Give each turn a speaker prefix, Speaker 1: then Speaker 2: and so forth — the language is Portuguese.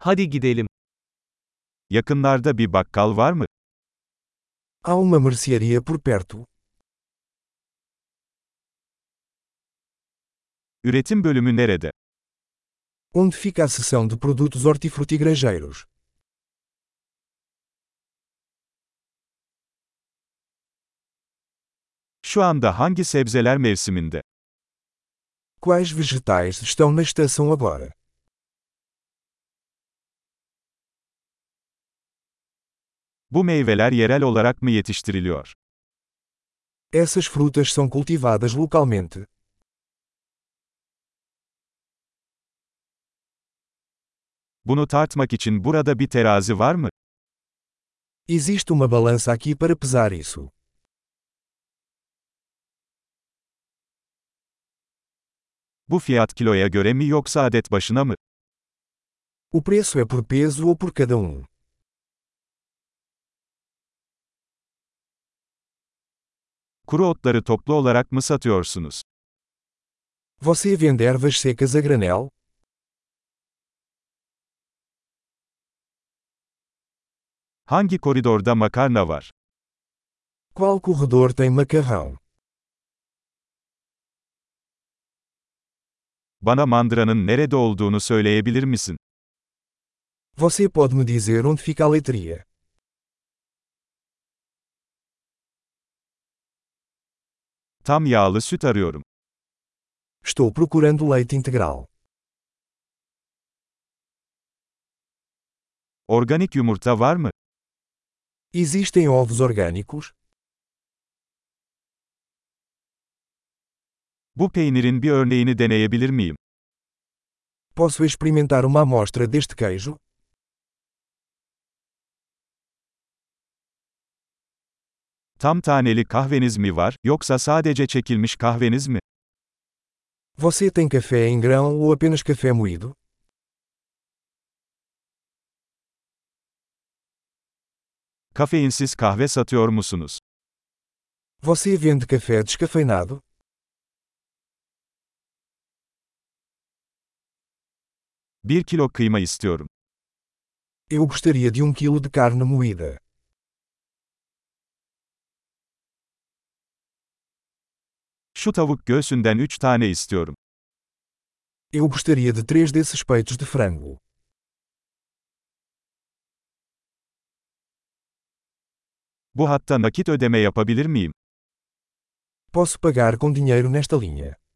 Speaker 1: Hadi gidelim. Yakınlarda bir bakkal var mı?
Speaker 2: Há uma mercearia por perto.
Speaker 1: Üretim bölümü nerede?
Speaker 2: Onde fica a seção de produtos hortifrutigranjeiros?
Speaker 1: Şu anda hangi sebzeler mevsiminde?
Speaker 2: Quais vegetais estão na estação agora?
Speaker 1: Bu meyveler yerel olarak mı yetiştiriliyor?
Speaker 2: Essas frutas são cultivadas localmente.
Speaker 1: Bunu tartmak için burada bir terazi var mı?
Speaker 2: Existe uma balança aqui para pesar isso.
Speaker 1: Bu fiyat kiloya göre mi yoksa adet başına mı?
Speaker 2: O preço é por peso ou por cada um.
Speaker 1: Kuru otları toplu olarak mı satıyorsunuz?
Speaker 2: Você vende ervas secas a granel?
Speaker 1: Hangi koridorda makarna var?
Speaker 2: Qual corredor tem macarrão?
Speaker 1: Bana mandıranın nerede olduğunu söyleyebilir misin?
Speaker 2: Você pode me dizer onde fica a leitria?
Speaker 1: Tam yağlı süt arıyorum.
Speaker 2: Estou procurando leite integral.
Speaker 1: Organik yumurta var mı?
Speaker 2: Existem ovos orgânicos?
Speaker 1: Bu peynirin bir örneğini deneyebilir miyim?
Speaker 2: Posso experimentar uma amostra deste queijo?
Speaker 1: Tam taneli kahveniz mi var, yoksa sadece çekilmiş kahveniz mi?
Speaker 2: Você tem café em grão ou apenas café moído?
Speaker 1: Kafeinsiz kahve satıyor musunuz?
Speaker 2: Você vende café descafeinado?
Speaker 1: Bir kilo kıyma istiyorum.
Speaker 2: Eu gostaria de um quilo de carne moída.
Speaker 1: Şu tavuk göğsünden 3 tane istiyorum.
Speaker 2: Eu gostaria de três desses peitos de frango.
Speaker 1: Bu hatta nakit ödeme yapabilir miyim?
Speaker 2: Posso pagar com dinheiro nesta linha.